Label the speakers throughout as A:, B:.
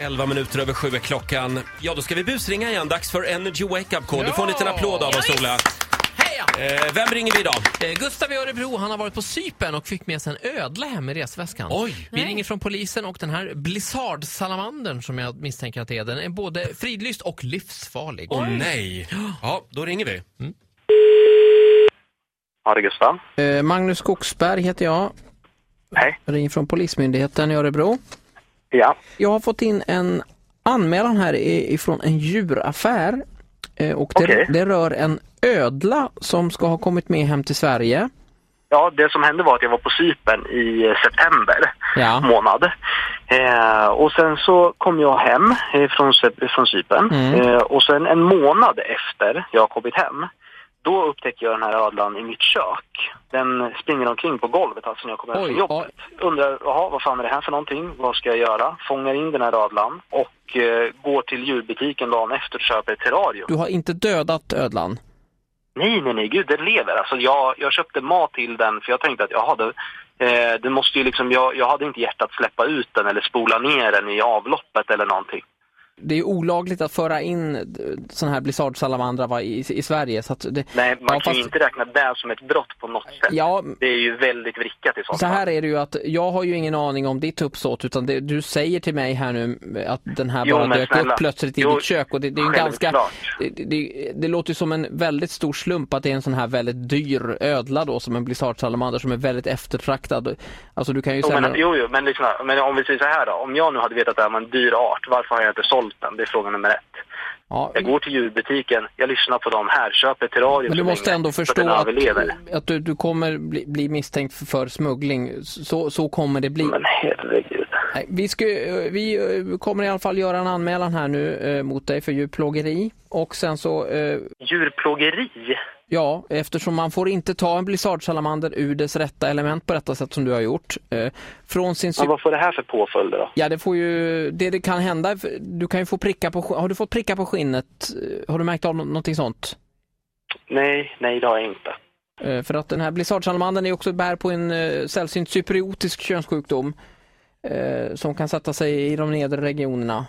A: 11 minuter över sju är klockan. Ja, då ska vi busringa igen. Dags för Energy Wake Up Call. Du får en liten applåd av oss,
B: Ja,
A: Ola.
B: Heja!
A: Eh, vem ringer vi idag?
B: Eh, Gustav i Örebro han har varit på Cypern och fick med sig en ödla hem i resväskan.
A: Oj.
B: Vi ringer från polisen och den här blizzardsalamandern som jag misstänker att det är, den är både fridlyst och livsfarlig.
A: Åh nej. Ja, då ringer vi.
C: Ja, det är Gustav.
D: Eh, Magnus Skogsberg heter jag.
C: Hej.
D: Jag ringer från Polismyndigheten i Örebro.
C: Ja.
D: Jag har fått in en anmälan här i- ifrån en djuraffär. Eh, och det,
C: Okej.
D: det rör en ödla som ska ha kommit med hem till Sverige.
C: ja, det som hände var att jag var på Cypern i eh, september
D: Ja.
C: månad. Eh, och sen så kom jag hem eh, från, Cyp- från Cypern
D: Mm.
C: eh, och sen en månad efter jag har kommit hem då upptäcker jag den här ödlan i mitt kök. Den springer omkring på golvet alltså när jag kommer hem
D: Oj,
C: från jobbet. Undrar, jaha, vad fan är det här för någonting? Vad ska jag göra? Fångar in den här ödlan och eh, går till djurbutiken dagen efter och köper ett terrarium.
D: Du har inte dödat ödlan?
C: Nej, nej, nej, gud, den lever. Alltså, jag, jag köpte mat till den för jag tänkte att jaha, det, eh, det måste ju liksom, jag, jag hade inte hjärtat att släppa ut den eller spola ner den i avloppet eller någonting.
D: Det är olagligt att föra in eh, sån här blizzardsalamandra va, i, i Sverige. Så att det,
C: Nej, man
D: Ja,
C: kan ju
D: fast-
C: inte räkna det som ett brott på något sätt.
D: ja,
C: Det är ju väldigt vrickat i sånt
D: Så här
C: fall.
D: är det ju att jag har ju ingen aning om ditt uppsåt utan det, du säger till mig här nu att den här
C: Jo,
D: bara
C: men
D: dök
C: snälla.
D: upp plötsligt i
C: Jo,
D: ditt kök och det, det är ju en
C: självklart.
D: ganska, det, det, det låter ju som en väldigt stor slump att det är en sån här väldigt dyr ödla då som en blizzardsalamander som är väldigt eftertraktad. Alltså du kan ju
C: Jo,
D: sälja
C: men, jo, jo, men, lyssna, men om vi säger så här då. Om jag nu hade vetat att det här var en dyr art, varför har jag inte sålt den? Det är fråga nummer ett.
D: ja,
C: Jag går till djurbutiken, jag lyssnar på dem här, köper terrarium
D: men du
C: så
D: måste
C: länge,
D: ändå
C: så
D: förstå
C: den
D: att,
C: överlever.
D: att du, du kommer bli, bli misstänkt för, för smuggling. Så, så kommer det bli.
C: Men herregud.
D: Nej, vi, ska, eh, vi eh, kommer i alla fall göra en anmälan här nu eh, mot dig för djurplågeri och sen så eh,
C: Djurplågeri?
D: Ja, eftersom man får inte ta en blizzardsalamander ur dess rätta element på detta sätt som du har gjort. Eh, Från sin
C: Men
D: sy-
C: vad får det här för påföljder då?
D: Ja, det får ju... Det, det kan hända, du kan ju få prickar på... sk- Har du fått prickar på skinnet? Eh, Har du märkt av nå- någonting sånt?
C: Nej, nej det har jag inte.
D: Eh, För att den här blizzardsalamandern är också bär på en eh, sällsynt cypriotisk könssjukdom eh, som kan sätta sig i de nedre regionerna.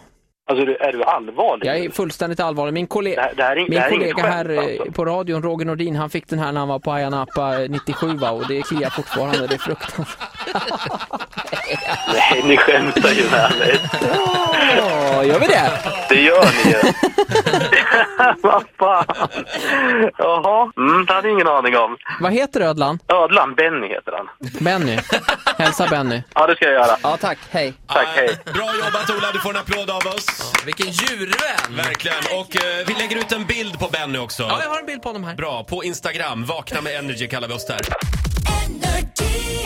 C: Alltså du- är du allvarlig?
D: Jag är fullständigt allvarlig. Min, kolle-
C: Det här- det här är in-
D: min
C: det här är inget
D: kollega här
C: skämt,
D: eh,
C: alltså.
D: på radion, Roger Nordin, han fick den här när han var på Ayia Napa eh, 97 va? och det kliar fortfarande. Det är fruktansvärt.
C: Nej, ni skämtar ju med mig.
D: Ja, gör vi det?
C: Det gör ni ju. Vad fan. Jaha, mm, det hade jag ingen aning om.
D: Vad heter ödlan?
C: Ödlan, Benny heter han.
D: Benny. Hälsa Benny.
C: Ja, det ska jag göra.
D: Ja, tack. Hej.
C: Tack, hej.
A: Eh, Bra jobbat Ola, du får en applåd av oss.
B: Alltså, Vilken djurvän!
A: Verkligen. Och eh, vi lägger ut en bild på Benny också.
B: Ja, jag har en bild på honom här.
A: Bra, på Instagram. Vakna med Energy kallar vi oss där.
E: Energy.